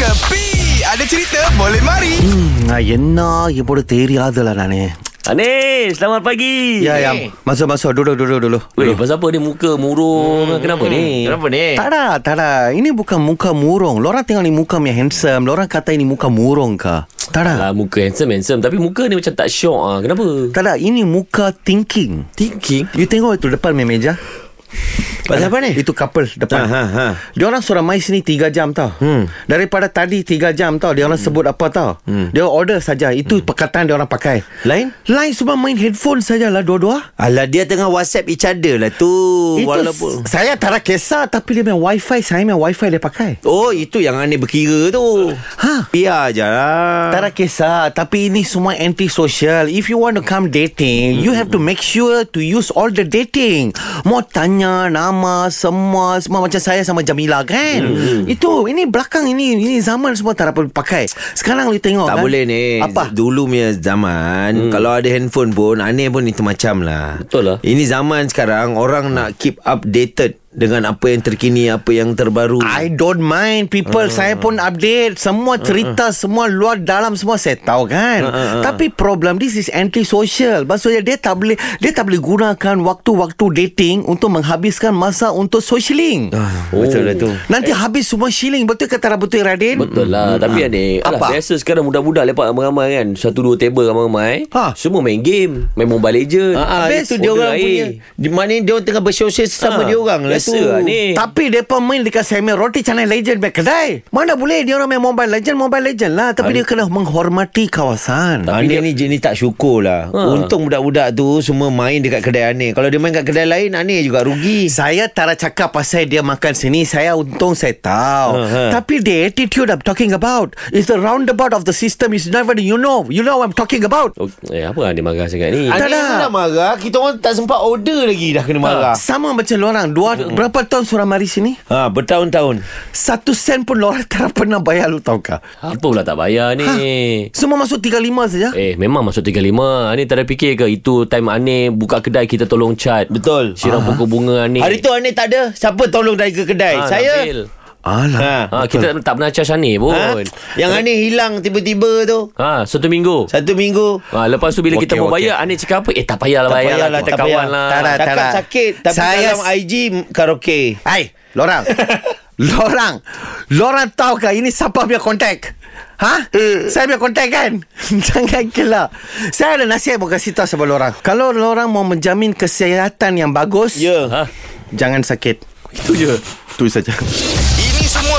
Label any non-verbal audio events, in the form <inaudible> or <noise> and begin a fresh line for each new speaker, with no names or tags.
Kepi Ada cerita boleh mari
Hmm, ah, என்ன இப்போது தெரியாதுல நானே
Anis, selamat pagi.
Ya, ya. Masuk, masuk. Duduk, duduk, duduk.
Weh, pasal apa ni muka murung? Hmm. Kenapa ni?
Kenapa ni?
Tak ada, tak ada. Ini bukan muka murung. Lorang tengok ni muka yang handsome. Lorang kata ini muka murung ke? Tak ada.
Lah, muka handsome-handsome. Tapi muka ni macam tak syok ah. Kenapa?
Tak ada. Ini muka thinking.
Thinking?
You tengok itu depan punya meja.
Pasal apa ni?
Itu couple depan.
Ha, ha, ha.
Dia orang seramai sini 3 jam tau. Hmm. Daripada tadi 3 jam tau dia orang hmm. sebut apa tau. Hmm. Dia order saja. Itu hmm. perkataan dia orang pakai.
Lain?
Lain semua main headphone sajalah dua-dua.
Alah dia tengah WhatsApp each other lah tu.
Itu
Walaupun
s- saya tak ada kisah tapi dia punya wifi saya punya wifi dia pakai.
Oh itu yang aneh berkira tu.
Ha.
Biar je lah.
Tak ada kisah Tapi ini semua anti-social If you want to come dating You have to make sure To use all the dating Mau tanya Nama Semua Semua macam saya sama Jamila kan
Hmm.
Itu Ini belakang ini Ini zaman semua tak dapat pakai Sekarang you tengok
Tak
kan?
boleh ni
Apa?
Dulu punya zaman hmm. Kalau ada handphone pun Aneh pun itu macam lah
Betul lah.
Ini zaman sekarang Orang nak keep updated Dengan apa yang terkini Apa yang terbaru
I don't mind people uh, saya pun update semua cerita uh, semua luar dalam semua saya tahu kan.
Ah,
Uh, uh, uh. Tapi problem this is antisocial. Maksudnya dia tak boleh dia tak boleh gunakan waktu-waktu dating untuk menghabiskan masa untuk socialing. Uh,
oh. Betul lah tu
Nanti eh. habis semua shilling betul ke tak betul Radin?
Betul lah. Hmm. Tapi
Ah.
adik, alah,
Apa?
biasa sekarang mudah-mudah lepak ramai-ramai kan. Satu dua table ramai-ramai.
Ha.
Semua main game. Main Mobile Legend.
Ah, ah,
Habis
itu dia
order
orang
air.
punya Di mana dia orang tengah bersosial Sesama
Ah,
dia orang lah
biasa
tu
lah ni. Eh.
Tapi depa main dekat Samuel Roti Channel Legend punya kedai. Mana boleh dia orang main Mobile Legend, Mobile Legend lah. Tapi dia kena menghormati kawasan.
Tapi Anir dia... ni, ni tak syukur lah ha. Untung budak-budak tu Semua main dekat kedai Anir Kalau dia main kat kedai lain Anir juga rugi
Saya tak nak cakap pasal dia makan sini Saya untung saya tahu
Ah, ha.
Uh-huh.
Tapi the attitude I'm talking about Is the roundabout of the system Is never you know You know what I'm talking about
Oh, eh, apa dia marah sangat ni?
Tak ada.
Anir pun nak marah Kita orang tak sempat order lagi Dah kena
Ah.
marah
Sama macam lorang Dua,
Hmm.
Berapa tahun surah mari sini?
Ha, bertahun-tahun
Satu sen pun lorang <laughs> tak pernah bayar lu tau kah?
Apa pula tak bayar ni?
Ha.
Semua masuk 35 saja
Eh memang masuk 35 Ani tak ada fikir ke Itu time Ani Buka kedai kita tolong cat
Betul. Ah.
Siram pokok bunga Ani
Hari tu Anir tak ada Siapa tolong dari ke kedai
Ah,
Eh, Saya
Nabil.
Alah
ha, Kita tak pernah charge Ani pun
ha? Yang Anir hilang tiba-tiba tu
Ha, satu minggu.
Satu minggu
Ha, lepas tu bila
Okey,
kita mau
okey.
bayar, Anik cakap apa? Eh, tak payahlah bayar lah. Kita
tak
kawan
payah.
lah.
Tak ada, tak
Cakap
ada.
sakit Tapi
Saya-
dalam IG karaoke
Hai Lorang Lorang Lorang tahu ke Ini siapa punya kontak Ha? Saya punya kontak kan? <laughs> Jangan gelak Saya ada nasihat Mau kasih tahu sama lorang Kalau lorang mau menjamin Kesihatan yang bagus
Ya
Ha,
Jangan sakit
itu je.
Itu saja
Ini semua